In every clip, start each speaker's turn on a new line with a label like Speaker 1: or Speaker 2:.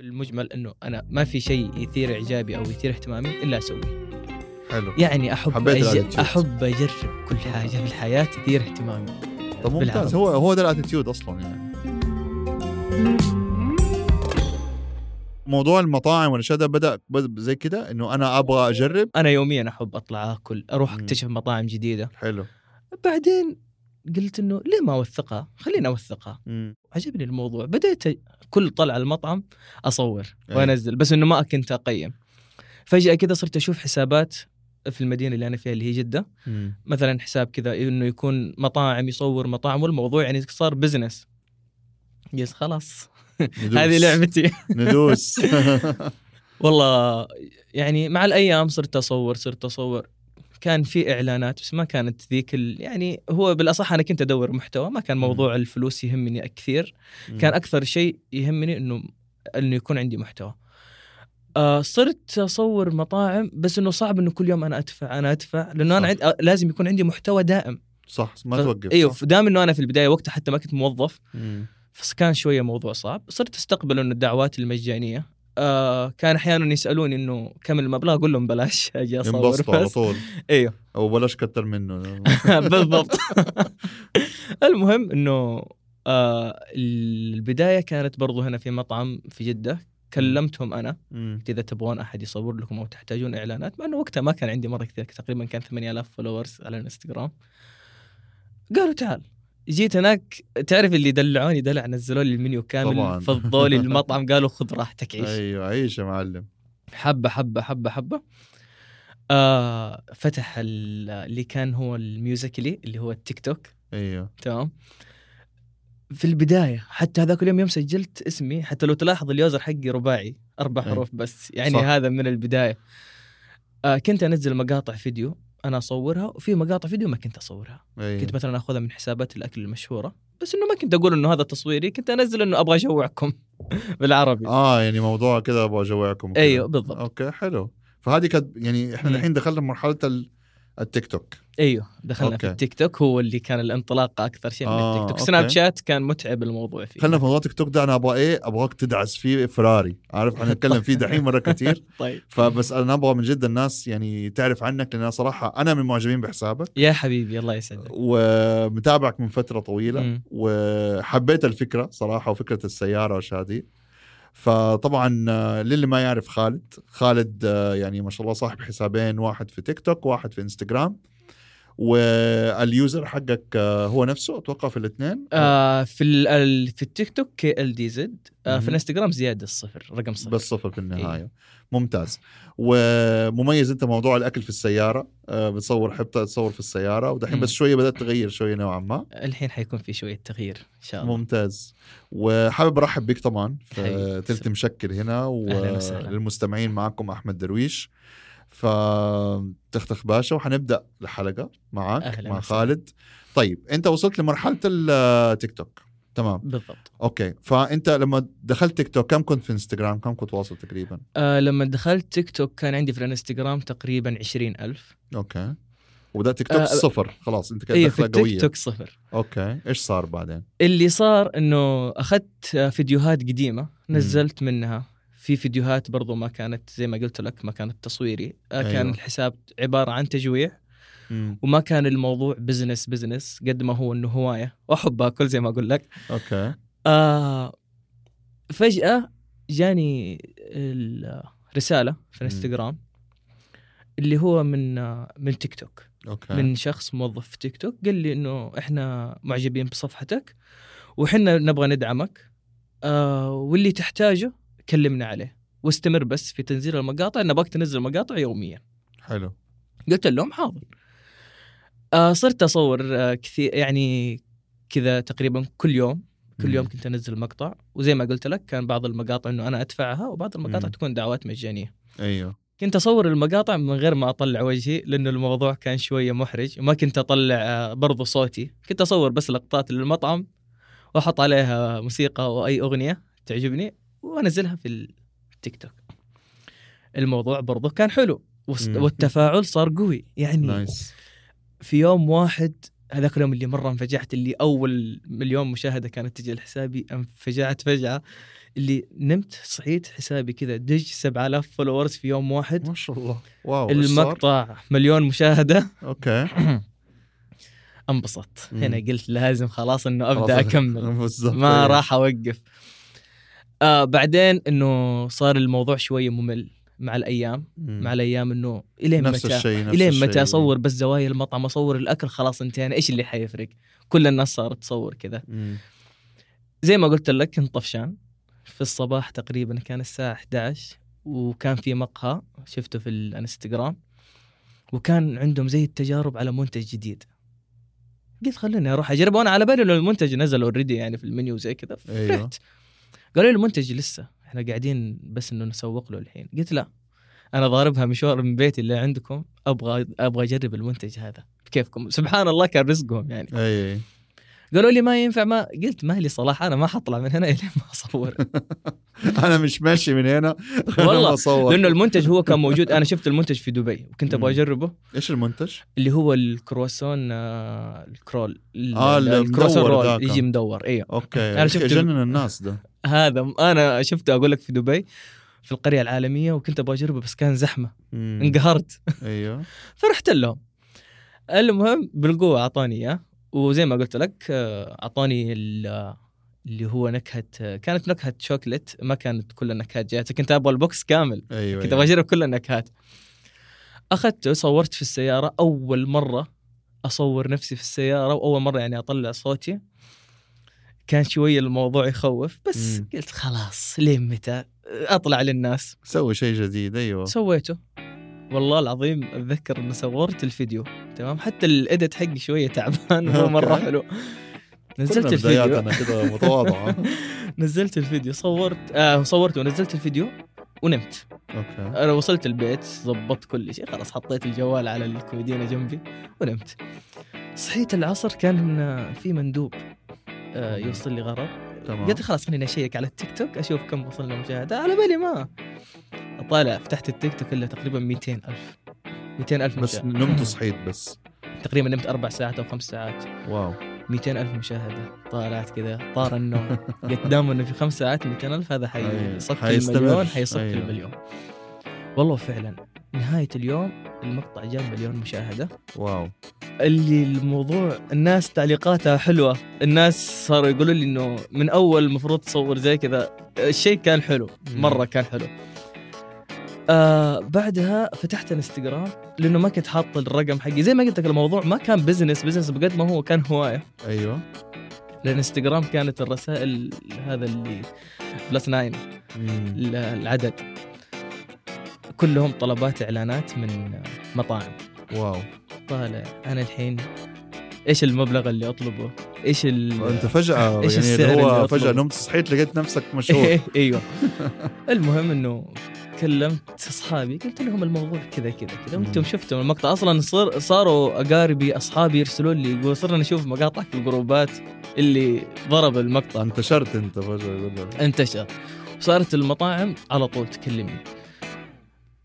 Speaker 1: بالمجمل انه انا ما في شيء يثير اعجابي او يثير اهتمامي الا اسويه
Speaker 2: حلو
Speaker 1: يعني احب
Speaker 2: حبيت
Speaker 1: أج...
Speaker 2: الاتيتيود.
Speaker 1: احب اجرب كل حاجه في الحياه تثير اهتمامي
Speaker 2: طب ممتاز
Speaker 1: بالعربي.
Speaker 2: هو هو ده الاتيتيود اصلا يعني موضوع المطاعم والاشياء ده بدا بد- زي كده انه انا ابغى اجرب
Speaker 1: انا يوميا احب اطلع اكل اروح
Speaker 2: مم.
Speaker 1: اكتشف مطاعم جديده
Speaker 2: حلو
Speaker 1: بعدين قلت انه ليه ما اوثقها خليني اوثقها
Speaker 2: مم.
Speaker 1: عجبني الموضوع بديت أ- كل طلعه المطعم اصور
Speaker 2: أي.
Speaker 1: وانزل بس انه ما كنت اقيم فجاه كذا صرت اشوف حسابات في المدينه اللي انا فيها اللي هي جده
Speaker 2: مم.
Speaker 1: مثلا حساب كذا انه يكون مطاعم يصور مطاعم والموضوع يعني صار بزنس قلت خلاص
Speaker 2: ندوس.
Speaker 1: هذه لعبتي
Speaker 2: ندوس
Speaker 1: والله يعني مع الايام صرت اصور صرت اصور كان في اعلانات بس ما كانت ذيك ال... يعني هو بالاصح انا كنت ادور محتوى ما كان
Speaker 2: مم.
Speaker 1: موضوع الفلوس يهمني كثير كان اكثر شيء يهمني انه انه يكون عندي محتوى آه صرت اصور مطاعم بس انه صعب انه كل يوم انا ادفع انا ادفع لانه انا
Speaker 2: صح.
Speaker 1: عند... آه، لازم يكون عندي محتوى دائم
Speaker 2: صح ما
Speaker 1: ف-
Speaker 2: توقف
Speaker 1: ايوه
Speaker 2: صح؟
Speaker 1: دام انه انا في البدايه وقتها حتى ما كنت موظف
Speaker 2: مم.
Speaker 1: فكان شويه موضوع صعب صرت استقبل انه الدعوات المجانيه آه كان احيانا يسالوني انه كم المبلغ اقول لهم بلاش اجي اصور
Speaker 2: ينبسطوا على
Speaker 1: بس
Speaker 2: طول
Speaker 1: ايوه
Speaker 2: او بلاش كتر منه
Speaker 1: بالضبط المهم انه آه البدايه كانت برضو هنا في مطعم في جده كلمتهم انا
Speaker 2: مم.
Speaker 1: اذا تبغون احد يصور لكم او تحتاجون اعلانات مع انه وقتها ما كان عندي مره كثير تقريبا كان 8000 فولورز على الانستغرام قالوا تعال جيت هناك تعرف اللي دلعوني دلع نزلوا لي المنيو
Speaker 2: طبعاً.
Speaker 1: كامل فضوا لي المطعم قالوا خذ راحتك عيش
Speaker 2: ايوه عيش يا معلم
Speaker 1: حبه حبه حبه حبه آه فتح ال- اللي كان هو الميوزيكلي اللي هو التيك توك
Speaker 2: ايوه
Speaker 1: تمام في البدايه حتى هذاك اليوم يوم سجلت اسمي حتى لو تلاحظ اليوزر حقي رباعي اربع
Speaker 2: أي.
Speaker 1: حروف بس يعني
Speaker 2: صح.
Speaker 1: صح. هذا من البدايه آه كنت انزل مقاطع فيديو انا اصورها وفي مقاطع فيديو ما كنت اصورها
Speaker 2: ايوه
Speaker 1: كنت مثلا اخذها من حسابات الاكل المشهوره بس انه ما كنت اقول انه هذا تصويري كنت انزل انه ابغى اجوعكم بالعربي
Speaker 2: اه يعني موضوع كذا ابغى اجوعكم وكذا.
Speaker 1: ايوه بالضبط
Speaker 2: اوكي حلو فهذه كانت يعني احنا
Speaker 1: مم.
Speaker 2: الحين دخلنا مرحله ال- التيك توك
Speaker 1: ايوه دخلنا
Speaker 2: أوكي.
Speaker 1: في التيك توك هو اللي كان الانطلاق اكثر شيء من
Speaker 2: آه،
Speaker 1: التيك توك
Speaker 2: أوكي.
Speaker 1: سناب شات كان متعب الموضوع فيه
Speaker 2: خلينا في موضوع تيك توك ده انا ابغى ايه ابغاك تدعس فيه فراري عارف حنتكلم فيه دحين مره كتير
Speaker 1: طيب
Speaker 2: فبس انا ابغى من جد الناس يعني تعرف عنك لان أنا صراحه انا من معجبين بحسابك
Speaker 1: يا حبيبي الله يسعدك
Speaker 2: ومتابعك من فتره طويله
Speaker 1: مم.
Speaker 2: وحبيت الفكره صراحه وفكره السياره والاشياء دي فطبعا آه، للي ما يعرف خالد خالد آه، يعني ما شاء الله صاحب حسابين واحد في تيك توك واحد في انستغرام واليوزر حقك آه، هو نفسه اتوقع في الاثنين
Speaker 1: آه في ال- ال- في التيك توك كي ال دي زد آه
Speaker 2: مهم.
Speaker 1: في الانستغرام زياده الصفر رقم صفر
Speaker 2: بس صفر في
Speaker 1: إيه.
Speaker 2: النهايه ممتاز ومميز انت موضوع الاكل في السياره آه، بتصور حبتها تصور في السياره ودحين
Speaker 1: مم.
Speaker 2: بس شويه بدات تغير شويه نوعا ما
Speaker 1: الحين حيكون في شويه تغيير ان شاء الله
Speaker 2: ممتاز وحابب ارحب بك طبعا في
Speaker 1: حبيبي.
Speaker 2: تلت مشكل هنا
Speaker 1: أهلاً وسهلاً.
Speaker 2: وللمستمعين معكم احمد درويش فتختخ باشا وحنبدا الحلقه معك
Speaker 1: أهلاً
Speaker 2: مع
Speaker 1: وسهلاً.
Speaker 2: خالد طيب انت وصلت لمرحله التيك توك تمام
Speaker 1: بالضبط
Speaker 2: اوكي فانت لما دخلت تيك توك كم كنت في انستغرام كم كنت واصل تقريبا
Speaker 1: آه لما دخلت تيك توك كان عندي في الانستغرام تقريبا 20000 ألف
Speaker 2: اوكي وبدات تيك توك
Speaker 1: آه،
Speaker 2: صفر خلاص انت كده
Speaker 1: اي في
Speaker 2: دخله قويه
Speaker 1: التيك توك صفر
Speaker 2: اوكي ايش صار بعدين
Speaker 1: اللي صار انه اخذت آه، فيديوهات قديمه نزلت منها في فيديوهات برضو ما كانت زي ما قلت لك ما كانت تصويري آه كان
Speaker 2: أيوة.
Speaker 1: الحساب عباره عن تجويع
Speaker 2: مم.
Speaker 1: وما كان الموضوع بزنس بزنس قد ما هو انه هوايه واحب اكل زي ما اقول لك
Speaker 2: اوكي
Speaker 1: آه فجأة جاني ال- رسالة في الانستغرام اللي هو من آه، من تيك توك
Speaker 2: اوكي
Speaker 1: من شخص موظف في تيك توك قال لي انه احنا معجبين بصفحتك وحنا نبغى ندعمك آه واللي تحتاجه كلمنا عليه واستمر بس في تنزيل المقاطع نبغاك تنزل مقاطع يوميا
Speaker 2: حلو
Speaker 1: قلت لهم حاضر آه صرت اصور آه كثير يعني كذا تقريبا كل يوم كل يوم
Speaker 2: مم.
Speaker 1: كنت انزل مقطع وزي ما قلت لك كان بعض المقاطع انه انا ادفعها وبعض المقاطع
Speaker 2: مم.
Speaker 1: تكون دعوات مجانيه
Speaker 2: ايوه
Speaker 1: كنت اصور المقاطع من غير ما اطلع وجهي لانه الموضوع كان شويه محرج وما كنت اطلع آه، برضو صوتي كنت اصور بس لقطات للمطعم واحط عليها موسيقى واي اغنيه تعجبني وانزلها في التيك توك الموضوع برضو كان حلو وس-
Speaker 2: مم.
Speaker 1: والتفاعل صار قوي يعني
Speaker 2: نايس
Speaker 1: في يوم واحد هذاك اليوم اللي مره انفجعت اللي اول مليون مشاهده كانت تجي لحسابي انفجعت فجعه اللي نمت صحيت حسابي كذا دج 7000 فولورز في يوم واحد
Speaker 2: ما شاء الله واو إيش صار؟
Speaker 1: المقطع مليون مشاهده
Speaker 2: اوكي
Speaker 1: انبسطت
Speaker 2: مم.
Speaker 1: هنا قلت لازم خلاص انه ابدا
Speaker 2: خلاص.
Speaker 1: اكمل
Speaker 2: بالضبط.
Speaker 1: ما
Speaker 2: إيه.
Speaker 1: راح اوقف آه بعدين انه صار الموضوع شويه ممل مع الايام
Speaker 2: مم.
Speaker 1: مع الايام انه الين
Speaker 2: نفس
Speaker 1: متى
Speaker 2: الشيء نفس
Speaker 1: الين متى
Speaker 2: الشيء. إيه.
Speaker 1: اصور بس زوايا المطعم اصور الاكل خلاص انتهينا ايش اللي حيفرق كل الناس صارت تصور كذا
Speaker 2: مم.
Speaker 1: زي ما قلت لك كنت طفشان في الصباح تقريبا كان الساعة 11 وكان في مقهى شفته في الانستغرام وكان عندهم زي التجارب على منتج جديد قلت خليني اروح اجرب وانا على بالي انه المنتج نزل اوريدي يعني في المنيو زي كذا
Speaker 2: أيوة.
Speaker 1: فرحت قالوا لي المنتج لسه احنا قاعدين بس انه نسوق له الحين قلت لا انا ضاربها مشوار من بيتي اللي عندكم ابغى ابغى اجرب المنتج هذا بكيفكم سبحان الله كان رزقهم يعني
Speaker 2: اي
Speaker 1: قالوا لي ما ينفع ما قلت ما لي صلاح انا ما حطلع من هنا الين ما اصور
Speaker 2: انا مش ماشي من هنا
Speaker 1: والله،
Speaker 2: اصور
Speaker 1: لانه المنتج هو كان موجود انا شفت المنتج في دبي وكنت ابغى
Speaker 2: مم.
Speaker 1: اجربه
Speaker 2: ايش المنتج؟
Speaker 1: اللي هو الكرواسون آه، الكرول ال-
Speaker 2: آه،
Speaker 1: ال-
Speaker 2: المدور
Speaker 1: الكرواسون رول
Speaker 2: ذاك.
Speaker 1: يجي مدور ايوه
Speaker 2: اوكي
Speaker 1: أنا
Speaker 2: أنا
Speaker 1: شفت-
Speaker 2: شفت يجنن الناس ده
Speaker 1: هذا م- انا شفته اقول لك في دبي في القريه العالميه وكنت ابغى اجربه بس كان زحمه
Speaker 2: مم.
Speaker 1: انقهرت
Speaker 2: ايوه
Speaker 1: فرحت لهم المهم بالقوه اعطاني اياه وزي ما قلت لك آه، اعطاني ال- اللي هو نكهه آه، كانت نكهه شوكليت ما كانت كل النكهات جاهزه كنت ابغى البوكس كامل
Speaker 2: ايوه
Speaker 1: كنت ابغى اجرب كل النكهات اخذته صورت في السياره اول مره اصور نفسي في السياره واول مره يعني اطلع صوتي كان شويه الموضوع يخوف بس
Speaker 2: مم.
Speaker 1: قلت خلاص لين متى اطلع للناس
Speaker 2: سوي شيء جديد ايوه
Speaker 1: سويته والله العظيم اتذكر اني صورت الفيديو تمام حتى الاديت حقي شويه تعبان مو مره
Speaker 2: أوكي.
Speaker 1: حلو نزلت
Speaker 2: كلنا
Speaker 1: الفيديو
Speaker 2: بداياتنا كده متواضعه
Speaker 1: نزلت الفيديو صورت آه صورت ونزلت الفيديو ونمت
Speaker 2: اوكي
Speaker 1: انا وصلت البيت ظبطت كل شيء خلاص حطيت الجوال على الكوميدينا جنبي ونمت صحيت العصر كان آه، في مندوب آه، يوصل لي غرض
Speaker 2: تمام
Speaker 1: قلت خلاص خليني اشيك على التيك توك اشوف كم وصلنا مشاهده على بالي ما طالع فتحت التيك توك الا تقريبا 200 الف 200 الف
Speaker 2: بس
Speaker 1: مشاهده
Speaker 2: نمت وصحيت بس
Speaker 1: تقريبا نمت اربع ساعات او خمس ساعات
Speaker 2: واو
Speaker 1: 200 الف مشاهده طالعت كذا طار النوم قلت دام انه في خمس ساعات 200 الف هذا
Speaker 2: أيوة.
Speaker 1: حيصك
Speaker 2: حيستمر.
Speaker 1: المليون حيصك
Speaker 2: أيوة.
Speaker 1: المليون والله فعلا نهايه اليوم المقطع جاب مليون مشاهده
Speaker 2: واو
Speaker 1: اللي الموضوع الناس تعليقاتها حلوه الناس صاروا يقولوا لي انه من اول المفروض تصور زي كذا الشيء كان حلو
Speaker 2: مم.
Speaker 1: مره كان حلو آه بعدها فتحت انستغرام لانه ما كنت حاط الرقم حقي زي ما قلت لك الموضوع ما كان بزنس بزنس بقد ما هو كان هوايه
Speaker 2: ايوه
Speaker 1: الانستغرام كانت الرسائل هذا اللي بلس ناين
Speaker 2: مم.
Speaker 1: ال- العدد كلهم طلبات اعلانات من مطاعم
Speaker 2: واو
Speaker 1: طالع انا الحين ايش المبلغ اللي اطلبه؟ ايش ال
Speaker 2: انت فجاه
Speaker 1: إيش
Speaker 2: يعني
Speaker 1: السعر اللي
Speaker 2: اللي هو فجاه
Speaker 1: أطلبه؟
Speaker 2: نمت صحيت لقيت نفسك مشهور
Speaker 1: إيه، ايوه المهم انه كلمت اصحابي قلت لهم الموضوع كذا كذا كذا وانتم
Speaker 2: مم.
Speaker 1: شفتم المقطع اصلا صار صاروا اقاربي اصحابي يرسلوا لي يقولوا صرنا نشوف مقاطع في الجروبات اللي ضرب المقطع
Speaker 2: انتشرت انت فجاه
Speaker 1: انتشر صارت المطاعم على طول تكلمني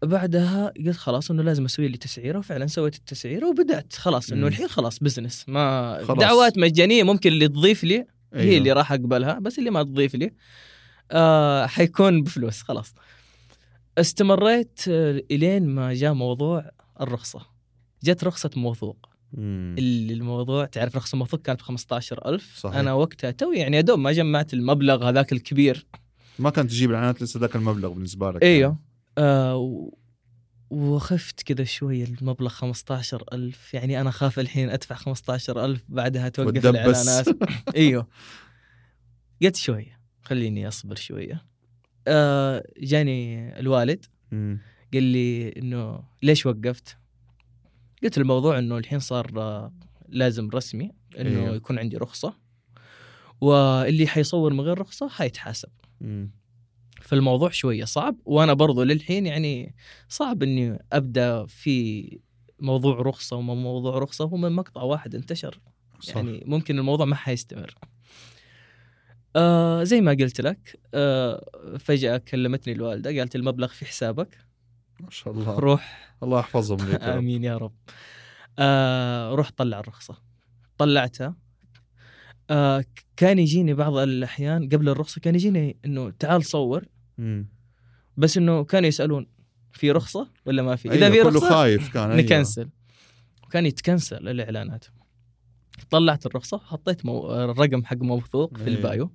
Speaker 1: بعدها قلت خلاص انه لازم اسوي لي تسعيره وفعلا سويت التسعيره وبدات خلاص انه
Speaker 2: مم.
Speaker 1: الحين خلاص بزنس ما
Speaker 2: خلاص.
Speaker 1: دعوات مجانيه ممكن اللي تضيف لي هي اللي
Speaker 2: أيوة.
Speaker 1: راح اقبلها بس اللي ما تضيف لي آه حيكون بفلوس خلاص استمريت آه، الين ما جاء موضوع الرخصه جت رخصه موثوق
Speaker 2: مم.
Speaker 1: اللي الموضوع تعرف رخصه موثوق كانت ب 15000
Speaker 2: صحيح.
Speaker 1: انا وقتها توي يعني يا دوب ما جمعت المبلغ هذاك الكبير
Speaker 2: ما كانت تجيب الاعلانات لسه ذاك المبلغ بالنسبه لك يعني.
Speaker 1: ايوه آه و... وخفت كذا شوية المبلغ 15000 يعني أنا خاف الحين أدفع 15000 بعدها توقف
Speaker 2: وتدبس.
Speaker 1: الإعلانات ايوه قلت شوية خليني أصبر شوية آه جاني الوالد
Speaker 2: مم.
Speaker 1: قال لي إنه ليش وقفت؟ قلت الموضوع إنه الحين صار آه، لازم رسمي إنه
Speaker 2: أيوه.
Speaker 1: يكون عندي رخصة واللي حيصور من غير رخصة حيتحاسب
Speaker 2: مم.
Speaker 1: فالموضوع شويه صعب وانا برضو للحين يعني صعب اني ابدا في موضوع رخصه وما موضوع رخصه هو من مقطع واحد انتشر
Speaker 2: صح.
Speaker 1: يعني ممكن الموضوع ما حيستمر آه زي ما قلت لك آه فجاه كلمتني الوالده قالت المبلغ في حسابك
Speaker 2: ما شاء الله
Speaker 1: روح
Speaker 2: الله يحفظهم لك آه، يا رب.
Speaker 1: امين يا رب آه روح طلع الرخصه طلعتها آه كان يجيني بعض الاحيان قبل الرخصه كان يجيني انه تعال صور
Speaker 2: مم.
Speaker 1: بس انه كانوا يسالون في رخصه ولا ما في؟ اذا
Speaker 2: أيوة،
Speaker 1: في
Speaker 2: كله
Speaker 1: رخصه
Speaker 2: خايف كان أيوة.
Speaker 1: نكنسل وكان يتكنسل الاعلانات طلعت الرخصه حطيت مو... الرقم حق موثوق في
Speaker 2: إيه.
Speaker 1: البايو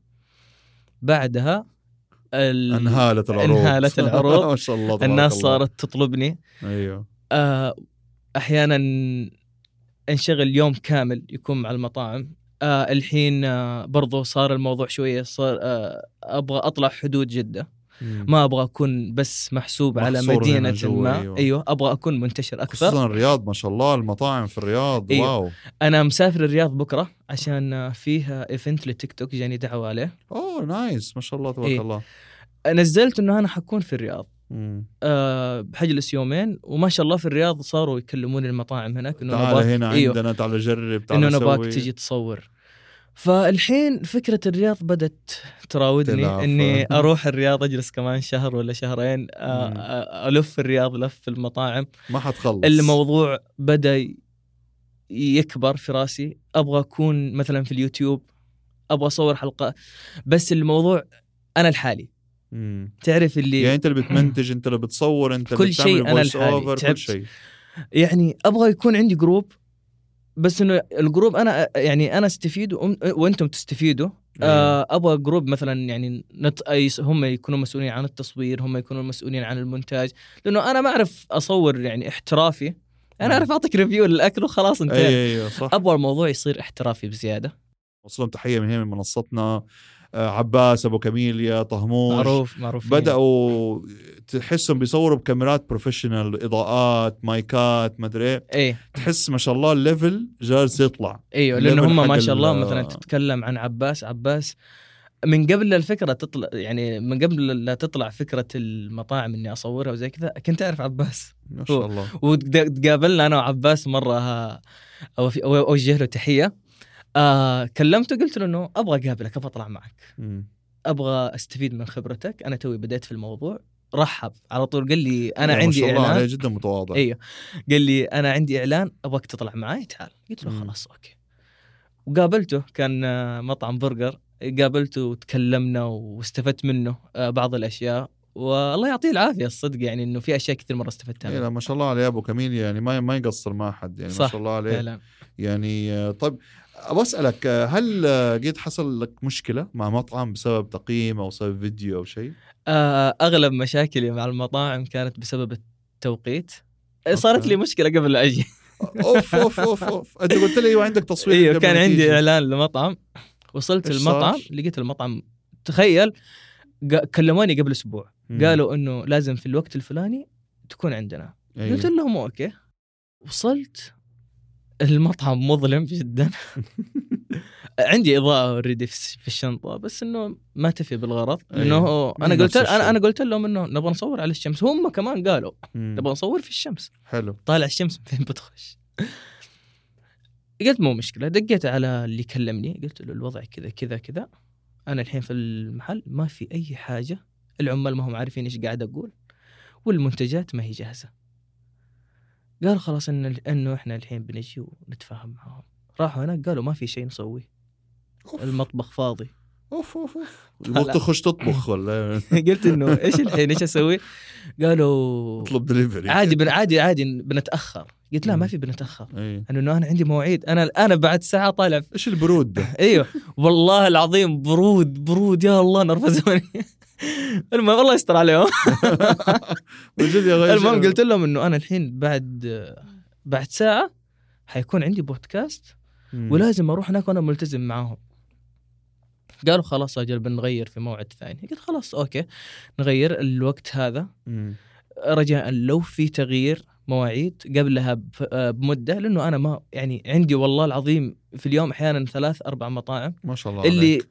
Speaker 1: بعدها ال...
Speaker 2: انهالت العروض
Speaker 1: انهالت العروض.
Speaker 2: ما شاء الله تبارك
Speaker 1: الناس
Speaker 2: الله.
Speaker 1: صارت تطلبني
Speaker 2: ايوه
Speaker 1: آه، احيانا انشغل يوم كامل يكون مع المطاعم آه، الحين آه، برضو صار الموضوع شويه صار آه، ابغى اطلع حدود جده ما ابغى اكون بس محسوب على
Speaker 2: محصور هنا
Speaker 1: مدينه
Speaker 2: جوا،
Speaker 1: ما
Speaker 2: أيوة.
Speaker 1: ايوه ابغى اكون منتشر اكثر
Speaker 2: خصوصا الرياض ما شاء الله المطاعم في الرياض
Speaker 1: أيوة.
Speaker 2: واو
Speaker 1: انا مسافر الرياض بكره عشان آه، فيها ايفنت لتيك توك جاني دعوه عليه
Speaker 2: اوه نايس ما شاء الله تبارك
Speaker 1: إيه.
Speaker 2: الله
Speaker 1: نزلت انه انا حكون في الرياض
Speaker 2: مم.
Speaker 1: أه بحجلس يومين وما شاء الله في الرياض صاروا يكلمون المطاعم هناك انه نبغاك-
Speaker 2: تعال هنا
Speaker 1: أيوة.
Speaker 2: عندنا تعال جرب تعال
Speaker 1: انه نباك
Speaker 2: سوي.
Speaker 1: تجي تصور فالحين فكره الرياض بدت تراودني
Speaker 2: تلعب.
Speaker 1: اني اروح الرياض اجلس كمان شهر ولا شهرين أ-
Speaker 2: مم.
Speaker 1: أ- الف الرياض لف في المطاعم
Speaker 2: ما حتخلص
Speaker 1: الموضوع بدا يكبر في راسي ابغى اكون مثلا في اليوتيوب ابغى اصور حلقه بس الموضوع انا لحالي
Speaker 2: مم.
Speaker 1: تعرف اللي
Speaker 2: يعني انت اللي بتمنتج انت اللي بتصور انت
Speaker 1: كل
Speaker 2: اللي بتعمل
Speaker 1: شيء أنا
Speaker 2: voice
Speaker 1: لحالي.
Speaker 2: over، كل
Speaker 1: تعبت.
Speaker 2: شيء
Speaker 1: يعني ابغى يكون عندي جروب بس انه الجروب انا يعني انا استفيد وأم- وانتم تستفيدوا آه، ابغى جروب مثلا يعني نت... أي- هم يكونوا مسؤولين عن التصوير هم يكونوا مسؤولين عن المونتاج لانه انا ما اعرف اصور يعني احترافي
Speaker 2: مم. أيوة،
Speaker 1: انا اعرف اعطيك ريفيو للاكل وخلاص
Speaker 2: اي
Speaker 1: انتهى
Speaker 2: اي صح
Speaker 1: ابغى الموضوع يصير احترافي بزياده
Speaker 2: وصل لهم تحيه من هنا من منصتنا آه، عباس ابو كاميليا طهموش
Speaker 1: معروف معروف
Speaker 2: بداوا تحسهم بيصوروا بكاميرات بروفيشنال اضاءات مايكات ما ادري ايه
Speaker 1: ايه
Speaker 2: تحس ما شاء الله الليفل جالس يطلع
Speaker 1: ايوه لانه
Speaker 2: level
Speaker 1: هم
Speaker 2: حق
Speaker 1: ما شاء الله
Speaker 2: ال-
Speaker 1: مثلا تتكلم عن عباس عباس من قبل الفكره تطلع يعني من قبل لا تطلع فكره المطاعم اني اصورها وزي كذا كنت اعرف عباس
Speaker 2: ما شاء
Speaker 1: هو.
Speaker 2: الله
Speaker 1: وتقابلنا انا وعباس مره ها- أو- أو- اوجه له تحيه آه كلمته قلت له انه ابغى اقابلك ابغى اطلع معك
Speaker 2: مم.
Speaker 1: ابغى استفيد من خبرتك انا توي بديت في الموضوع رحب على طول قال لي انا
Speaker 2: ما
Speaker 1: عندي
Speaker 2: شاء الله عليه
Speaker 1: اعلان
Speaker 2: جدا متواضع
Speaker 1: إيه. قال لي انا عندي اعلان ابغاك تطلع معي تعال قلت له
Speaker 2: مم.
Speaker 1: خلاص اوكي وقابلته كان آه، مطعم برجر قابلته وتكلمنا واستفدت منه آه، بعض الاشياء والله يعطيه العافيه الصدق يعني انه في اشياء كثير مره استفدتها
Speaker 2: إيه
Speaker 1: منه
Speaker 2: لا ما شاء الله عليه ابو كاميليا يعني ما ما يقصر مع حد يعني ما
Speaker 1: صح. آه.
Speaker 2: شاء الله عليه
Speaker 1: فعلا
Speaker 2: يعني آه، طب ابغى اسالك آه، هل آه، قد حصل لك مشكله مع مطعم بسبب تقييم او بسبب فيديو او شيء؟
Speaker 1: آه، اغلب مشاكلي مع المطاعم كانت بسبب التوقيت آه، صارت
Speaker 2: أوكي.
Speaker 1: لي مشكله قبل لا اجي
Speaker 2: اوف اوف اوف اوف انت قلت لي ايوه عندك تصوير
Speaker 1: ايوه
Speaker 2: قبل
Speaker 1: كان
Speaker 2: ما
Speaker 1: عندي
Speaker 2: تيجي.
Speaker 1: اعلان لمطعم وصلت
Speaker 2: إيش صار؟
Speaker 1: المطعم لقيت المطعم تخيل ق- كلموني قبل اسبوع
Speaker 2: مم.
Speaker 1: قالوا انه لازم في الوقت الفلاني تكون عندنا
Speaker 2: أيوة.
Speaker 1: قلت لهم اوكي وصلت المطعم مظلم جدا عندي اضاءه اوريدي في في الشنطه بس انه ما تفي بالغرض انه
Speaker 2: ما
Speaker 1: انا
Speaker 2: هي
Speaker 1: قلت
Speaker 2: أيوة. نفس الشيء.
Speaker 1: انا انا قلت لهم انه نبغى نصور على الشمس هم كمان قالوا
Speaker 2: مم.
Speaker 1: نبغى نصور في الشمس
Speaker 2: حلو
Speaker 1: طالع الشمس من فين بتخش قلت مو مشكله دقيت على اللي كلمني قلت له الوضع كذا كذا كذا انا الحين في المحل ما في اي حاجه العمال ما هم عارفين ايش قاعد اقول والمنتجات ما هي جاهزه قال خلاص ان انه احنا الحين بنجي ونتفاهم معاهم راحوا هناك قالوا ما في شيء نسويه
Speaker 2: أوف.
Speaker 1: المطبخ فاضي
Speaker 2: اوف اوف اوف
Speaker 1: لا.
Speaker 2: قلت تخش تطبخ ولا
Speaker 1: قلت انه ايش الحين ايش اسوي قالوا
Speaker 2: اطلب دليفري
Speaker 1: عادي بن عادي عادي بنتاخر قلت لا ما في بنتاخر
Speaker 2: إيه.
Speaker 1: أنا انه انا عندي مواعيد انا الان بعد ساعه طالع في-
Speaker 2: ايش البرود ده؟
Speaker 1: ايوه والله العظيم برود برود يا الله نرفزوني المهم الله يستر عليهم
Speaker 2: من جد يا غير
Speaker 1: المهم قلت لهم انه انا الحين بعد بعد ساعه حيكون عندي بودكاست
Speaker 2: مم.
Speaker 1: ولازم اروح هناك وانا ملتزم معاهم قالوا خلاص اجل بنغير في موعد ثاني قلت خلاص اوكي نغير الوقت هذا
Speaker 2: مم.
Speaker 1: رجاء لو في تغيير مواعيد قبلها بف- آه، بمده لانه انا ما يعني عندي والله العظيم في اليوم احيانا ثلاث اربع مطاعم
Speaker 2: ما شاء الله
Speaker 1: اللي
Speaker 2: عليك.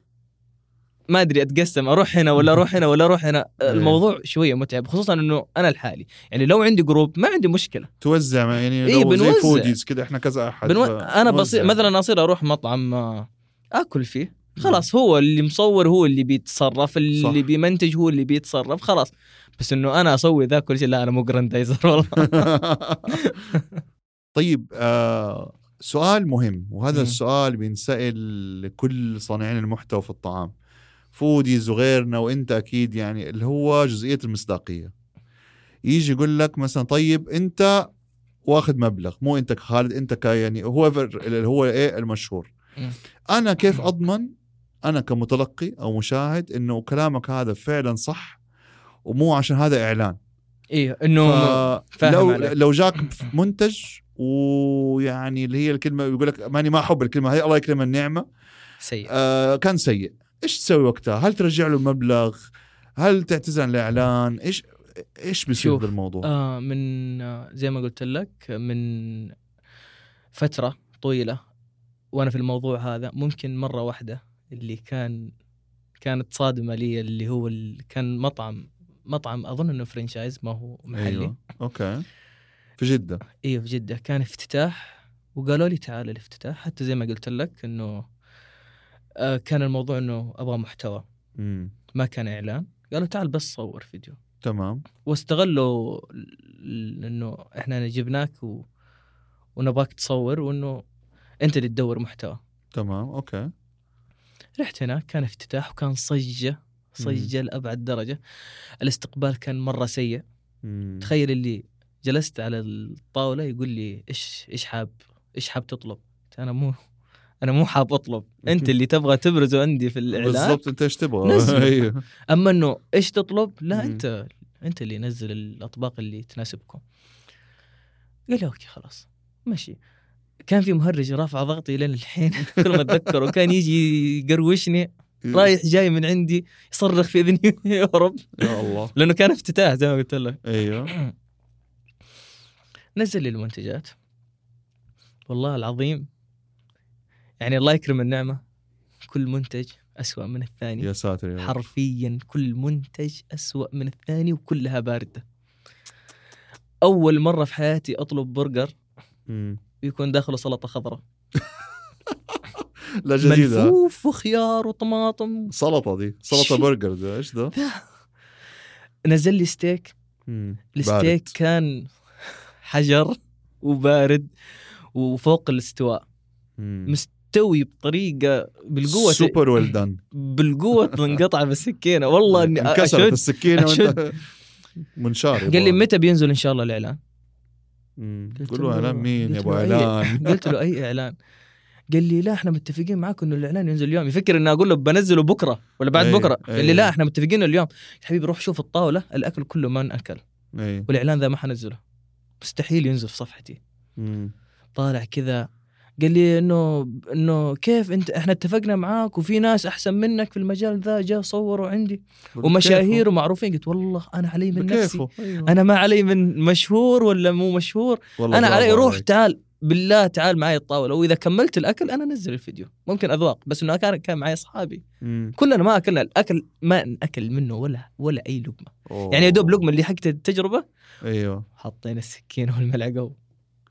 Speaker 1: ما ادري اتقسم اروح هنا ولا اروح هنا ولا اروح هنا
Speaker 2: إيه.
Speaker 1: الموضوع شويه متعب خصوصا انه انا لحالي يعني لو عندي جروب ما عندي مشكله
Speaker 2: توزع ما- يعني
Speaker 1: إيه،
Speaker 2: لو زي
Speaker 1: بنوزع.
Speaker 2: فوديز كده احنا كذا احد
Speaker 1: بنو...
Speaker 2: ف-
Speaker 1: انا
Speaker 2: نوزع.
Speaker 1: بصير مثلا اصير اروح مطعم آه، اكل فيه خلاص هو اللي مصور هو اللي بيتصرف اللي
Speaker 2: صح.
Speaker 1: صح. بيمنتج هو اللي بيتصرف خلاص بس انه انا اسوي ذا كل شيء لا انا مو جراندايزر والله
Speaker 2: طيب آه سؤال مهم وهذا
Speaker 1: مم.
Speaker 2: السؤال بينسال لكل صانعين المحتوى في الطعام فوديز وغيرنا وانت اكيد يعني اللي هو جزئيه المصداقيه يجي يقول لك مثلا طيب انت واخذ مبلغ مو انت كخالد انت ك يعني هو اللي هو ايه المشهور
Speaker 1: مم.
Speaker 2: انا كيف اضمن انا كمتلقي او مشاهد انه كلامك هذا فعلا صح ومو عشان هذا اعلان
Speaker 1: ايه انه
Speaker 2: ف-
Speaker 1: فاهم
Speaker 2: لو
Speaker 1: عليك.
Speaker 2: لو جاك منتج ويعني اللي هي الكلمه يقول لك ماني ما احب الكلمه هي الله يكرمها النعمه
Speaker 1: سيء
Speaker 2: آه كان سيء ايش تسوي وقتها هل ترجع له مبلغ هل تعتذر عن الاعلان ايش ايش بيصير
Speaker 1: شوف،
Speaker 2: بالموضوع آه
Speaker 1: آه من آه زي ما قلت لك من فترة طويلة وأنا في الموضوع هذا ممكن مرة واحدة اللي كان كانت صادمة لي اللي هو ال- كان مطعم مطعم أظن إنه فرنشايز ما هو محلي أيوه,
Speaker 2: اوكي في جده
Speaker 1: إيه في جدة كان افتتاح وقالوا لي تعال الافتتاح حتى زي ما قلت لك إنه آه كان الموضوع إنه أبغى محتوى
Speaker 2: امم
Speaker 1: ما كان إعلان قالوا تعال بس صور فيديو
Speaker 2: تمام
Speaker 1: واستغلوا ال- انه احنا جبناك و... ونبغاك تصور وانه انت اللي تدور محتوى
Speaker 2: تمام اوكي
Speaker 1: رحت هناك كان افتتاح وكان صجه صجه لابعد درجه الاستقبال كان مره سيء
Speaker 2: مم.
Speaker 1: تخيل اللي جلست على الطاوله يقول لي ايش ايش حاب ايش حاب تطلب قلت انا مو انا مو حاب اطلب انت اللي تبغى تبرزه عندي في الاعلان
Speaker 2: بالضبط انت ايش تبغى
Speaker 1: نزل.
Speaker 2: أيوه.
Speaker 1: اما انه ايش تطلب؟
Speaker 2: مم.
Speaker 1: لا انت انت اللي نزل الاطباق اللي تناسبكم. قال لي اوكي خلاص ماشي. كان في مهرج رافع ضغطي لين الحين كل ما اتذكره كان يجي يقروشني رايح جاي من عندي يصرخ في اذني يا رب
Speaker 2: يا الله
Speaker 1: لانه كان افتتاح زي ما قلت لك.
Speaker 2: ايوه
Speaker 1: نزل لي المنتجات. والله العظيم يعني الله يكرم النعمه كل منتج أسوأ من الثاني
Speaker 2: يا ساتر يا رب
Speaker 1: حرفيا كل منتج أسوأ من الثاني وكلها باردة أول مرة في حياتي أطلب برجر
Speaker 2: مم.
Speaker 1: يكون داخله سلطة خضراء
Speaker 2: لا جديده
Speaker 1: ملفوف وخيار وطماطم
Speaker 2: سلطه دي سلطه
Speaker 1: شو-
Speaker 2: برجر ده ايش ده
Speaker 1: نزل لي ستيك
Speaker 2: مم.
Speaker 1: الستيك
Speaker 2: بارد.
Speaker 1: كان حجر وبارد وفوق الاستواء
Speaker 2: مم.
Speaker 1: مستوي بطريقة بالقوة
Speaker 2: سوبر ويل دان
Speaker 1: بالقوة انقطع بالسكينة والله اني
Speaker 2: انكسرت
Speaker 1: أشد
Speaker 2: السكينه وانت منشار
Speaker 1: قال لي متى بينزل ان شاء الله الاعلان قلت
Speaker 2: قول له
Speaker 1: له-
Speaker 2: اعلان مين يا
Speaker 1: قلت
Speaker 2: ابو
Speaker 1: له أي-
Speaker 2: اعلان
Speaker 1: قلت له اي اعلان قال لي لا احنا متفقين معاك انه الاعلان ينزل اليوم يفكر اني اقول له بنزله بكره ولا بعد
Speaker 2: أي-
Speaker 1: بكره قال
Speaker 2: أي.
Speaker 1: لي لا احنا متفقين اليوم حبيبي روح شوف الطاوله الاكل كله ما انأكل
Speaker 2: إيه.
Speaker 1: والاعلان ذا ما حنزله مستحيل ينزل في صفحتي
Speaker 2: مم.
Speaker 1: طالع كذا قال لي انه انه كيف انت احنا اتفقنا معاك وفي ناس احسن منك في المجال ذا جاء صوروا عندي
Speaker 2: طيب،
Speaker 1: ومشاهير ومعروفين قلت والله انا علي من نفسي
Speaker 2: بكيفه أيوه.
Speaker 1: انا ما علي من مشهور ولا مو مشهور
Speaker 2: والله
Speaker 1: انا
Speaker 2: برافو
Speaker 1: علي روح
Speaker 2: عليك.
Speaker 1: تعال بالله تعال معي الطاوله واذا كملت الاكل انا انزل الفيديو ممكن اذواق بس انه كان كان معي اصحابي
Speaker 2: مم.
Speaker 1: كلنا ما اكلنا الاكل ما انأكل منه ولا ولا اي لقمه
Speaker 2: أوه.
Speaker 1: يعني يا دوب لقمه اللي حقت التجربه
Speaker 2: ايوه
Speaker 1: حطينا السكينه والملعقه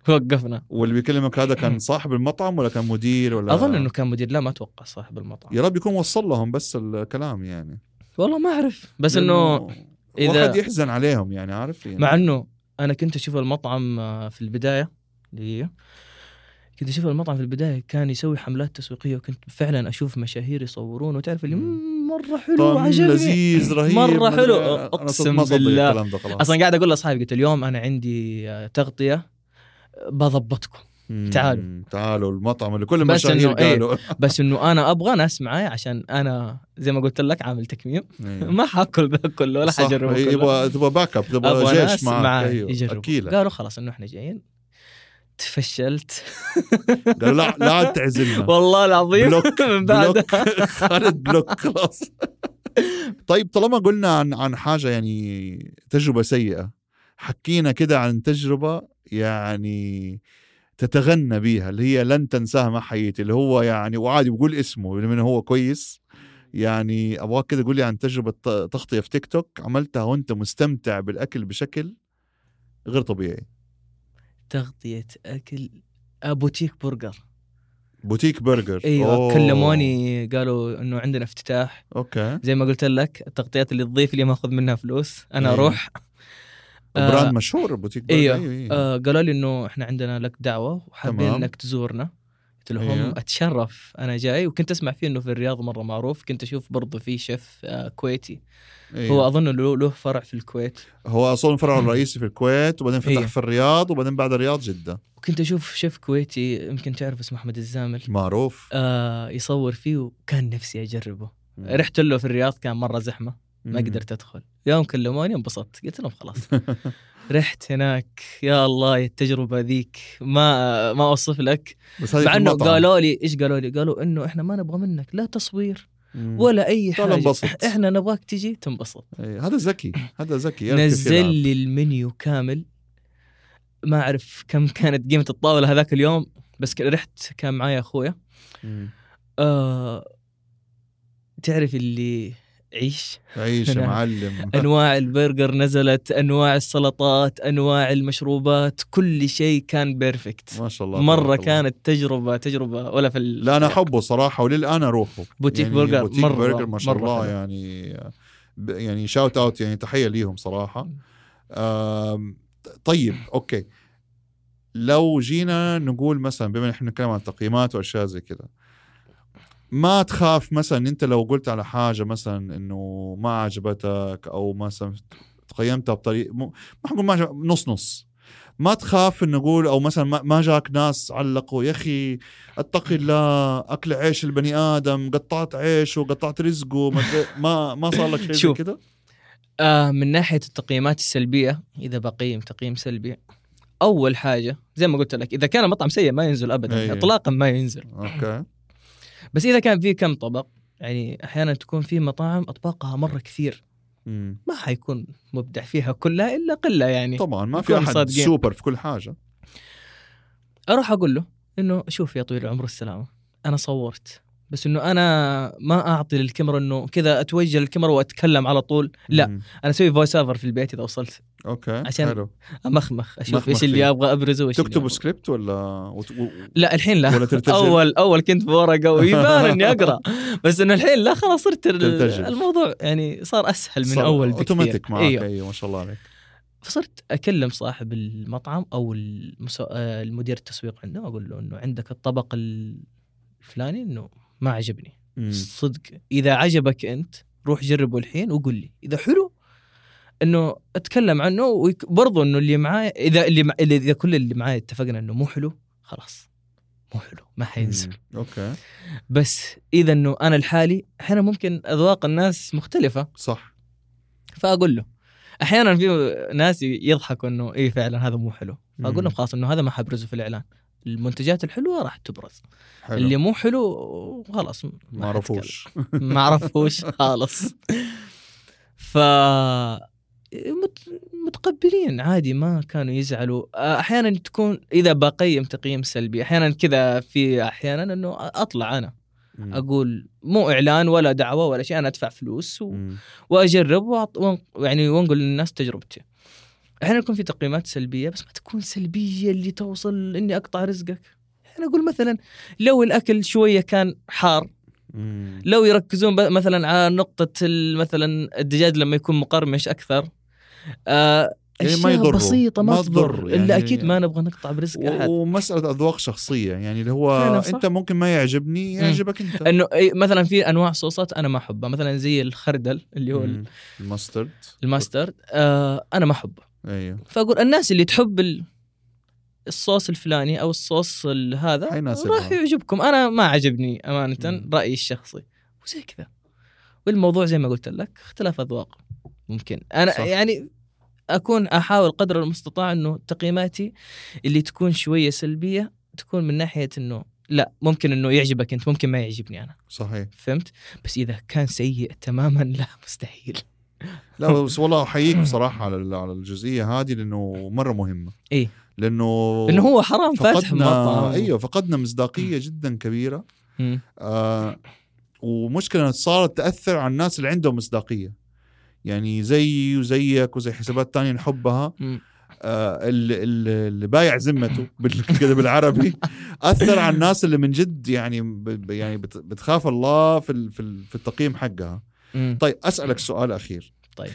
Speaker 1: ووقفنا
Speaker 2: واللي بيكلمك هذا كان صاحب المطعم ولا كان مدير ولا
Speaker 1: اظن انه كان مدير لا ما اتوقع صاحب المطعم
Speaker 2: يا رب يكون وصل لهم بس الكلام يعني
Speaker 1: والله ما اعرف بس انه
Speaker 2: اذا
Speaker 1: إذا-
Speaker 2: واحد يحزن عليهم يعني عارف يعني.
Speaker 1: مع انه انا كنت اشوف المطعم آه، في البدايه اللي هي كنت اشوف المطعم في البدايه كان يسوي حملات تسويقيه وكنت فعلا اشوف مشاهير يصورون وتعرف اللي
Speaker 2: مم.
Speaker 1: "مم، مره حلو
Speaker 2: طعم
Speaker 1: وعجبني
Speaker 2: لذيذ رهيب
Speaker 1: مرة
Speaker 2: مدري-
Speaker 1: حلو.
Speaker 2: أنا
Speaker 1: أقسم
Speaker 2: ما أصدق
Speaker 1: بالله.
Speaker 2: الكلام ده خلاص
Speaker 1: اصلا قاعد اقول لاصحابي قلت اليوم انا عندي آه، تغطيه آه، بضبطكم
Speaker 2: مم.
Speaker 1: تعالوا.
Speaker 2: تعالوا المطعم اللي كل
Speaker 1: بس
Speaker 2: المشاهير
Speaker 1: إنه إيه.
Speaker 2: قالوا
Speaker 1: بس انه انا ابغى ناس معي عشان انا زي ما قلت لك عامل تكميم
Speaker 2: إيه.
Speaker 1: ما حاكل ذا كله ولا
Speaker 2: صح،
Speaker 1: حجربه
Speaker 2: إيه،
Speaker 1: كله
Speaker 2: يبغى تبغى باك اب
Speaker 1: ابغى
Speaker 2: تبغى
Speaker 1: ناس
Speaker 2: جيش معك
Speaker 1: معي
Speaker 2: أيوه،
Speaker 1: يجربوا
Speaker 2: اكيله
Speaker 1: قالوا خلاص انه احنا جايين تفشلت
Speaker 2: قالوا لا لا عاد تعزلنا
Speaker 1: والله العظيم
Speaker 2: بلوك
Speaker 1: من بعدها
Speaker 2: بلوك خالد بلوك خلاص طيب طالما قلنا عن عن حاجه يعني تجربه سيئه حكينا كده عن تجربه يعني تتغنى بيها اللي هي لن تنساها مع حياتي اللي هو يعني وعادي بقول اسمه بما إنه هو كويس يعني ابغاك كده قول لي عن تجربه ت- تغطيه في تيك توك عملتها وانت مستمتع بالاكل بشكل غير طبيعي
Speaker 1: تغطية أكل آه، بوتيك برجر
Speaker 2: بوتيك برجر
Speaker 1: ايوه
Speaker 2: أوه.
Speaker 1: كلموني قالوا انه عندنا افتتاح
Speaker 2: اوكي إيه.
Speaker 1: زي ما قلت لك التغطيات اللي تضيف لي ما اخذ منها فلوس انا
Speaker 2: أيوة.
Speaker 1: اروح آه،
Speaker 2: براند مشهور بوتيك براند
Speaker 1: أيوه.
Speaker 2: أيوه.
Speaker 1: آه قالوا لي انه احنا عندنا لك دعوه وحابين
Speaker 2: تمام.
Speaker 1: انك تزورنا قلت لهم
Speaker 2: أيوه.
Speaker 1: اتشرف انا جاي وكنت اسمع فيه انه في الرياض مره معروف كنت اشوف برضه في شيف آه كويتي
Speaker 2: أيوه.
Speaker 1: هو
Speaker 2: هو
Speaker 1: اظن له له فرع في الكويت
Speaker 2: هو اصلا فرعه الرئيسي في الكويت وبعدين فتح
Speaker 1: أيوه.
Speaker 2: في الرياض وبعدين بعد الرياض جده
Speaker 1: وكنت اشوف شيف كويتي يمكن تعرف اسمه احمد الزامل
Speaker 2: معروف
Speaker 1: آه يصور فيه وكان نفسي اجربه رحت له في الرياض كان مره زحمه ما
Speaker 2: مم.
Speaker 1: قدرت ادخل يوم كلموني انبسطت قلت لهم خلاص رحت هناك يا الله يا التجربه ذيك ما ما اوصف لك
Speaker 2: بس هذه
Speaker 1: مع
Speaker 2: في
Speaker 1: انه
Speaker 2: طيب، المطعم.
Speaker 1: قالوا لي ايش قالوا لي قالوا انه احنا ما نبغى منك لا تصوير
Speaker 2: مم.
Speaker 1: ولا اي
Speaker 2: تعال
Speaker 1: حاجه
Speaker 2: انبسط.
Speaker 1: احنا نبغاك تجي تنبسط
Speaker 2: أي، إيه، هذا ذكي هذا ذكي يعرف كيف
Speaker 1: نزل
Speaker 2: يلعب.
Speaker 1: لي المنيو كامل ما اعرف كم كانت قيمه الطاوله هذاك اليوم بس ك- رحت كان معايا اخويا
Speaker 2: مم.
Speaker 1: آه تعرف اللي عيش
Speaker 2: عيش يا
Speaker 1: نعم.
Speaker 2: معلم
Speaker 1: انواع البرجر نزلت انواع السلطات انواع المشروبات كل شيء كان بيرفكت
Speaker 2: ما شاء الله تبارك
Speaker 1: مره
Speaker 2: الله.
Speaker 1: كانت تجربه تجربه ولا في ال-
Speaker 2: لا انا احبه صراحه وللان اروحه
Speaker 1: بوتيك برجر
Speaker 2: يعني بوتيك
Speaker 1: مرة-
Speaker 2: برجر ما شاء
Speaker 1: مرة
Speaker 2: الله
Speaker 1: حلو.
Speaker 2: يعني ب- يعني شاوت اوت يعني تحيه ليهم صراحه آم، طيب اوكي لو جينا نقول مثلا بما إن احنا نتكلم عن تقييمات واشياء زي كذا ما تخاف مثلا انت لو قلت على حاجه مثلا انه ما عجبتك او مثلا تقيمتها بطريقه مو- ما حقول ما عجب- نص نص ما تخاف انه نقول او مثلا ما- ما جاك ناس علقوا يا اخي اتقي الله اكل عيش البني ادم قطعت عيشه قطعت رزقه ما أدري- ما ما صار لك شيء زي
Speaker 1: شوف.
Speaker 2: كذا
Speaker 1: آه من ناحيه التقييمات السلبيه اذا بقيم تقييم سلبي اول حاجه زي ما قلت لك اذا كان المطعم سيء ما ينزل ابدا
Speaker 2: أي.
Speaker 1: اطلاقا ما ينزل
Speaker 2: اوكي
Speaker 1: بس اذا كان فيه كم طبق يعني احيانا تكون في مطاعم اطباقها مره كثير
Speaker 2: مم.
Speaker 1: ما حيكون مبدع فيها كلها الا قله يعني
Speaker 2: طبعا ما في
Speaker 1: نكون
Speaker 2: احد
Speaker 1: صادقين.
Speaker 2: سوبر في كل حاجه
Speaker 1: اروح اقول له انه شوف يا طويل العمر السلامه انا صورت بس انه انا ما اعطي للكاميرا انه كذا اتوجه للكاميرا واتكلم على طول لا
Speaker 2: مم.
Speaker 1: انا اسوي فويس اوفر في البيت اذا وصلت
Speaker 2: اوكي
Speaker 1: عشان
Speaker 2: حلو
Speaker 1: امخمخ اشوف
Speaker 2: مخمخ إيه.
Speaker 1: ايش اللي
Speaker 2: فيه.
Speaker 1: ابغى ابرزه وايش اللي
Speaker 2: تكتبوا
Speaker 1: أبغى.
Speaker 2: سكريبت ولا وت... و...
Speaker 1: لا الحين لا
Speaker 2: ولا ترتجل
Speaker 1: اول اول كنت بورقه ويبان اني اقرا بس انه الحين لا خلاص صرت ال-
Speaker 2: ترتجل.
Speaker 1: الموضوع يعني صار اسهل من
Speaker 2: صار
Speaker 1: اول بكثير
Speaker 2: اوتوماتيك معك
Speaker 1: أيوه.
Speaker 2: ايوه ما شاء الله عليك
Speaker 1: فصرت اكلم صاحب المطعم او المس... آه، المدير التسويق عنده اقول له انه عندك الطبق الفلاني انه ما عجبني
Speaker 2: مم.
Speaker 1: صدق اذا عجبك انت روح جربه الحين وقول لي اذا حلو انه اتكلم عنه ويك... برضو انه اللي معاي اذا اللي مع... اذا كل اللي معاي اتفقنا انه مو حلو خلاص مو حلو ما حينزل
Speaker 2: مم. اوكي
Speaker 1: بس اذا انه انا لحالي احيانا ممكن اذواق الناس مختلفه
Speaker 2: صح
Speaker 1: فاقول له احيانا في ناس يضحكوا انه ايه فعلا هذا مو حلو فاقول لهم
Speaker 2: مم.
Speaker 1: خلاص انه هذا ما حبرزه في الاعلان المنتجات الحلوه راح تبرز
Speaker 2: حلو
Speaker 1: اللي مو حلو خلاص ما
Speaker 2: ما عرفوش
Speaker 1: حتكلم. ما عرفوش خالص ف مت- متقبلين عادي ما كانوا يزعلوا احيانا تكون اذا بقيم تقييم سلبي احيانا كذا في احيانا انه اطلع انا
Speaker 2: مم.
Speaker 1: اقول مو اعلان ولا دعوه ولا شيء انا ادفع فلوس و...
Speaker 2: مم.
Speaker 1: واجرب وأعط- وأن- يعني وانقل للناس تجربتي. احيانا يكون في تقييمات سلبيه بس ما تكون سلبيه اللي توصل اني اقطع رزقك. انا اقول مثلا لو الاكل شويه كان حار،
Speaker 2: مم.
Speaker 1: لو يركزون ب- مثلا على نقطه ال- مثلا الدجاج لما يكون مقرمش اكثر آه
Speaker 2: يعني ما
Speaker 1: اشياء
Speaker 2: يضره،
Speaker 1: بسيطه ما,
Speaker 2: ما
Speaker 1: تضر
Speaker 2: تضر،
Speaker 1: يعني الا
Speaker 2: يعني-
Speaker 1: اكيد ما نبغى نقطع برزق
Speaker 2: و-
Speaker 1: احد
Speaker 2: ومساله اذواق شخصيه يعني اللي هو
Speaker 1: فعلاً صح.
Speaker 2: انت ممكن ما يعجبني يعجبك انت
Speaker 1: انه إيه، مثلا في انواع صوصات انا ما احبها مثلا زي الخردل اللي هو
Speaker 2: مم. الماسترد
Speaker 1: الماسترد آه انا ما احبه
Speaker 2: ايوه
Speaker 1: فاقول الناس اللي تحب ال- الصوص الفلاني او الصوص ال- هذا
Speaker 2: حيناسبها.
Speaker 1: راح يعجبكم انا ما عجبني امانه
Speaker 2: مم.
Speaker 1: رايي الشخصي وزي كذا والموضوع زي ما قلت لك اختلاف اذواق ممكن انا
Speaker 2: صح.
Speaker 1: صح. يعني اكون احاول قدر المستطاع انه تقييماتي اللي تكون شويه سلبيه تكون من ناحيه انه لا ممكن انه يعجبك انت ممكن ما يعجبني انا
Speaker 2: صحيح
Speaker 1: فهمت بس اذا كان سيء تماما لا مستحيل
Speaker 2: لا بس والله احييك بصراحه على ال- على الجزئيه هذه لانه مره مهمه
Speaker 1: إيه.
Speaker 2: لانه
Speaker 1: انه هو حرام فاتح
Speaker 2: فقدنا
Speaker 1: مطعم
Speaker 2: ايوه فقدنا مصداقيه جدا كبيره
Speaker 1: مم.
Speaker 2: آه ومشكله إنها صارت تاثر على الناس اللي عندهم مصداقيه يعني زيي وزيك وزي حسابات تانية نحبها
Speaker 1: مم.
Speaker 2: آه اللي, اللي بايع ذمته بال- كده بالعربي اثر على الناس اللي من جد يعني ب- يعني بت- بتخاف الله في ال- في ال- في التقييم حقها
Speaker 1: مم.
Speaker 2: طيب اسالك سؤال اخير
Speaker 1: طيب.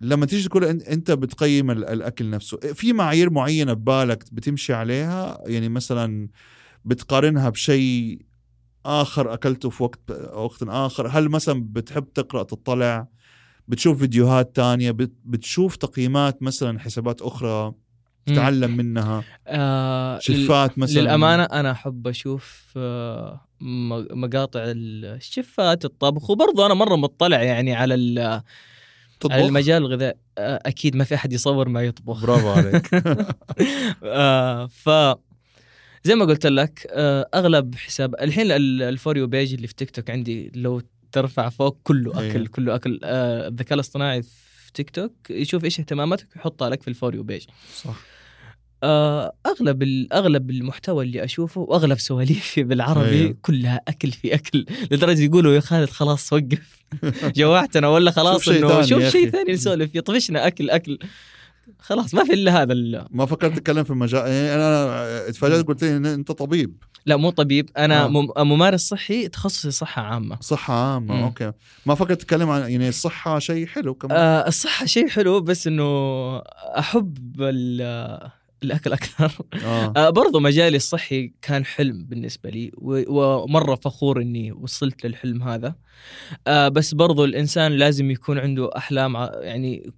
Speaker 2: لما تيجي تقول أن- انت بتقيم ال- الاكل نفسه في معايير معينه ببالك بتمشي عليها يعني مثلا بتقارنها بشيء اخر اكلته في وقت وقت اخر هل مثلا بتحب تقرا تطلع بتشوف فيديوهات تانية بت- بتشوف تقييمات مثلا حسابات اخرى تتعلم منها
Speaker 1: آه لل-
Speaker 2: شفات مثلا
Speaker 1: للامانه انا احب اشوف آه، م- مقاطع الشفات الطبخ وبرضه انا مره مطلع يعني على ال-
Speaker 2: تطبخ
Speaker 1: على المجال الغذائي آه، اكيد ما في احد يصور ما يطبخ
Speaker 2: برافو عليك
Speaker 1: آه، ف زي ما قلت لك آه، اغلب حساب الحين ال- الفوريو بيج اللي في تيك توك عندي لو ترفع فوق كله
Speaker 2: إيه.
Speaker 1: اكل كله اكل آه، الذكاء الاصطناعي في تيك توك يشوف ايش اهتماماتك ويحطها لك في الفوريو بيج
Speaker 2: صح
Speaker 1: آه، اغلب ال- اغلب المحتوى اللي اشوفه واغلب سواليفي بالعربي
Speaker 2: أيوه.
Speaker 1: كلها اكل في اكل لدرجه يقولوا يا خالد خلاص وقف جوعتنا ولا خلاص
Speaker 2: شوف شيء
Speaker 1: انه
Speaker 2: ثاني
Speaker 1: شوف
Speaker 2: يا
Speaker 1: شيء
Speaker 2: أخي.
Speaker 1: ثاني نسولف فيه طفشنا اكل اكل خلاص ما في الا هذا ال-
Speaker 2: ما فكرت اتكلم في مجال يعني انا اتفاجأت قلت لي إن انت طبيب
Speaker 1: لا مو طبيب انا
Speaker 2: آه.
Speaker 1: مم- ممارس صحي تخصصي صحه عامه
Speaker 2: صحه عامه
Speaker 1: مم.
Speaker 2: اوكي ما فكرت اتكلم عن يعني الصحه شيء حلو كمان
Speaker 1: آه، الصحه شيء حلو بس انه احب ال- الاكل اكثر
Speaker 2: آه.
Speaker 1: آه، برضو مجالي الصحي كان حلم بالنسبة لي و- ومرة فخور إني وصلت للحلم هذا آه، بس برضو الإنسان لازم يكون عنده أحلام ع- يعني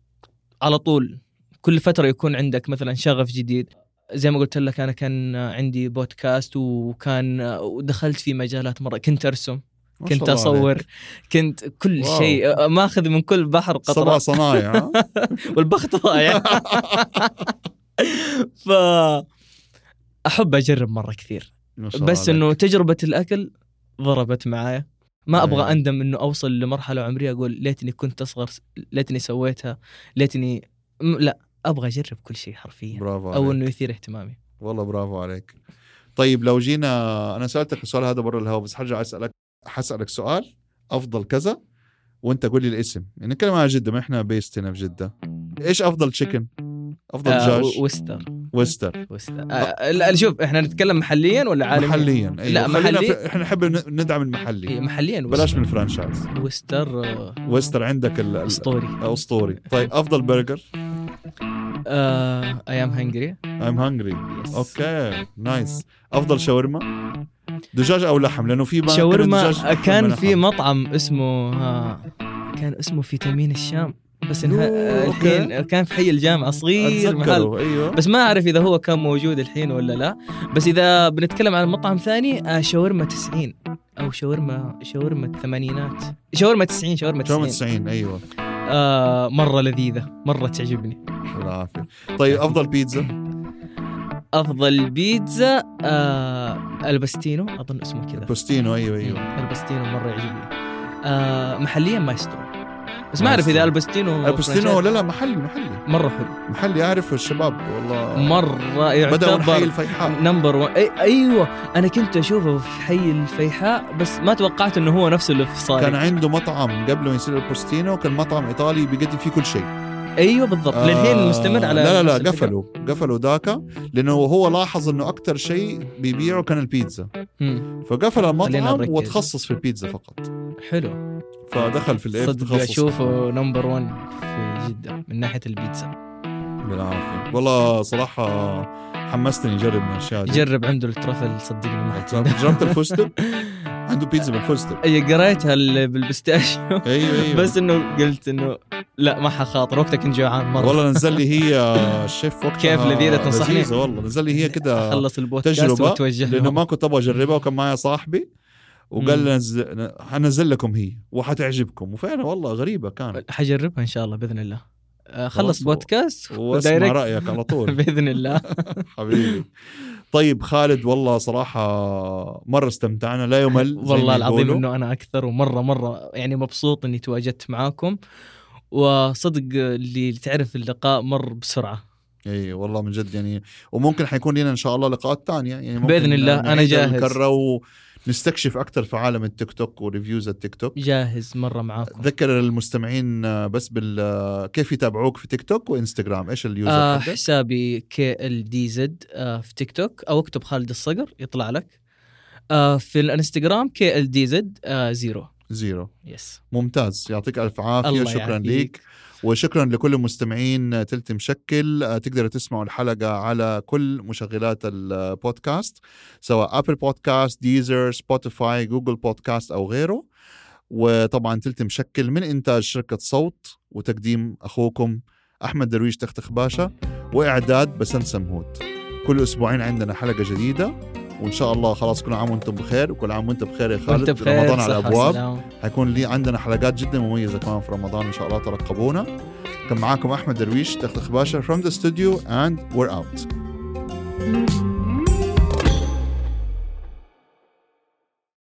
Speaker 1: على طول كل فترة يكون عندك مثلا شغف جديد زي ما قلت لك أنا كان عندي بودكاست وكان ودخلت في مجالات مرة كنت أرسم
Speaker 2: ما شاء
Speaker 1: كنت
Speaker 2: الله
Speaker 1: أصور
Speaker 2: عليك.
Speaker 1: كنت كل
Speaker 2: واو.
Speaker 1: شيء آه، ماخذ من كل بحر
Speaker 2: صبا
Speaker 1: قطرة
Speaker 2: صنايع آه.
Speaker 1: والبخت ضايع ف أحب أجرب مرة كثير
Speaker 2: ما شاء الله
Speaker 1: بس
Speaker 2: عليك.
Speaker 1: انه تجربه الاكل ضربت معايا ما ابغى
Speaker 2: أيوة.
Speaker 1: اندم انه اوصل لمرحله عمريه اقول ليتني كنت اصغر ليتني سويتها ليتني م- لا ابغى اجرب كل شيء حرفيا
Speaker 2: برافو عليك.
Speaker 1: او انه يثير اهتمامي
Speaker 2: والله برافو عليك طيب لو جينا انا سالتك السؤال هذا برا الهوا بس حرجع اسالك حسالك سؤال افضل كذا وانت قول لي الاسم يعني نتكلم عن جده ما احنا بيست هنا في جده ايش افضل تشيكن افضل
Speaker 1: آه
Speaker 2: دجاج
Speaker 1: و- وستر
Speaker 2: ويستر
Speaker 1: وستر آه لا شوف احنا نتكلم محليا ولا عالميا؟
Speaker 2: محليا أيوة.
Speaker 1: لا
Speaker 2: خلينا
Speaker 1: محلي
Speaker 2: في... احنا نحب ن- ندعم
Speaker 1: إيه،
Speaker 2: المحلي
Speaker 1: محليا
Speaker 2: بلاش
Speaker 1: بلاش
Speaker 2: من الفرانشايز
Speaker 1: وستر آه،
Speaker 2: ويستر عندك ال... ال...
Speaker 1: اسطوري
Speaker 2: اسطوري طيب افضل برجر
Speaker 1: آه ايام هنجري
Speaker 2: ايم هانجري اوكي نايس افضل شاورما دجاج او لحم لانه في بقى-
Speaker 1: شاورما
Speaker 2: دجاج
Speaker 1: كان في
Speaker 2: لحم.
Speaker 1: مطعم اسمه آه، كان اسمه فيتامين الشام بس انها
Speaker 2: أوه،
Speaker 1: آه، الحين كان في حي الجامعه صغير محل
Speaker 2: اتذكره ايوه
Speaker 1: بس ما اعرف اذا هو كان موجود الحين ولا لا بس اذا بنتكلم عن مطعم ثاني آه، شاورما 90 او شاورما شاورما الثمانينات شاورما 90 شاورما
Speaker 2: شاورما
Speaker 1: 90
Speaker 2: 90 ايوه
Speaker 1: آه مره لذيذه مره تعجبني
Speaker 2: الله يعافيك طيب افضل بيتزا
Speaker 1: افضل بيتزا آه البستينو اظن اسمه كذا
Speaker 2: بوستينو ايوه ايوه
Speaker 1: البستينو مره يعجبني آه محليا مايسترو بس ما اعرف اذا البستينو
Speaker 2: بوستينو ولا لا محلي محلي
Speaker 1: مره حلو
Speaker 2: محلي اعرفه الشباب والله
Speaker 1: مره
Speaker 2: بدأوا آه. من حي
Speaker 1: يعتبر
Speaker 2: الفيحاء
Speaker 1: نمبر 1 أي ايوه انا كنت اشوفه في حي الفيحاء بس ما توقعت انه هو نفسه اللي في صالح
Speaker 2: كان عنده مطعم قبل ما يصير البوستينو كان مطعم ايطالي بيقدم فيه كل شيء
Speaker 1: ايوه بالضبط
Speaker 2: آه،
Speaker 1: للحين مستمر على
Speaker 2: لا لا
Speaker 1: نفس
Speaker 2: لا
Speaker 1: الفكرة.
Speaker 2: قفلوا قفلوا ذاك لانه هو لاحظ انه اكثر شيء بيبيعه كان البيتزا
Speaker 1: مم.
Speaker 2: فقفل
Speaker 1: خلينا
Speaker 2: المطعم
Speaker 1: نركز.
Speaker 2: وتخصص في البيتزا فقط
Speaker 1: حلو
Speaker 2: فدخل في الايه في
Speaker 1: صدق
Speaker 2: التخصص
Speaker 1: اشوفه نمبر 1 في جده من ناحيه البيتزا
Speaker 2: بالعافيه والله صراحه حمستني اجرب من الاشياء دي
Speaker 1: جرب عنده الترفل صدقني ما حتندم.
Speaker 2: جربت الفستق عنده بيتزا بالفستق
Speaker 1: اي قريتها ال- بالبستاشيو
Speaker 2: ايوه ايوه
Speaker 1: بس انه قلت انه لا ما حخاطر وقتها كنت جوعان مره
Speaker 2: والله نزل لي هي الشيف وقتها
Speaker 1: كيف لذيذة تنصحني؟
Speaker 2: لذيذة والله نزل لي هي كده
Speaker 1: خلص البودكاست
Speaker 2: تجربة
Speaker 1: وتوجه
Speaker 2: لانه
Speaker 1: لهم
Speaker 2: ما كنت ابغى اجربها وكان معايا صاحبي وقال
Speaker 1: مم.
Speaker 2: لي نز- حنزل لكم هي وحتعجبكم وفعلا والله غريبه كانت
Speaker 1: حجربها ان شاء الله باذن الله آه، خلص
Speaker 2: خلاص و-
Speaker 1: بودكاست
Speaker 2: واسمع
Speaker 1: ودايركت
Speaker 2: رايك على طول
Speaker 1: باذن الله
Speaker 2: حبيبي طيب خالد والله صراحه مره استمتعنا لا يمل زي ما
Speaker 1: والله العظيم
Speaker 2: يقولوا.
Speaker 1: انه انا اكثر ومره مره يعني مبسوط اني تواجدت معاكم وصدق اللي تعرف اللقاء مر بسرعه
Speaker 2: اي والله من جد يعني وممكن حيكون لنا ان شاء الله لقاءات تانية يعني ممكن
Speaker 1: بإذن الله، أنا
Speaker 2: نعيد
Speaker 1: جاهز.
Speaker 2: الكرة ونستكشف اكثر في عالم التيك توك وريفيوز التيك توك
Speaker 1: جاهز مره معاكم
Speaker 2: ذكر المستمعين آه، بس بال آه، كيف يتابعوك في تيك توك وانستغرام ايش اليوزر
Speaker 1: آه
Speaker 2: حقك؟
Speaker 1: حسابي كي ال دي زد آه في تيك توك او اكتب خالد الصقر يطلع لك آه في الانستغرام كي ال دي زد آه زيرو
Speaker 2: زيرو
Speaker 1: يس
Speaker 2: ممتاز يعطيك الف عافيه
Speaker 1: الله
Speaker 2: شكرا
Speaker 1: يعافيك.
Speaker 2: ليك وشكرا لكل المستمعين تلتي مشكل آه، تقدروا تسمعوا الحلقة على كل مشغلات البودكاست سواء أبل بودكاست ديزر سبوتيفاي جوجل بودكاست أو غيره وطبعا تلتي مشكل من إنتاج شركة صوت وتقديم أخوكم أحمد درويش تختخ باشا وإعداد بسنت سمهوت كل أسبوعين عندنا حلقة جديدة وإن شاء الله خلاص كل عام وأنتم بخير وكل عام وأنت بخير يا
Speaker 1: وانت
Speaker 2: خالد
Speaker 1: بخير
Speaker 2: رمضان على
Speaker 1: صحة
Speaker 2: الأبواب
Speaker 1: وسلام.
Speaker 2: حيكون لي عندنا حلقات جدا مميزه كمان في رمضان ان شاء الله ترقبونا كان معاكم احمد درويش تختخ باشا from the studio and we're out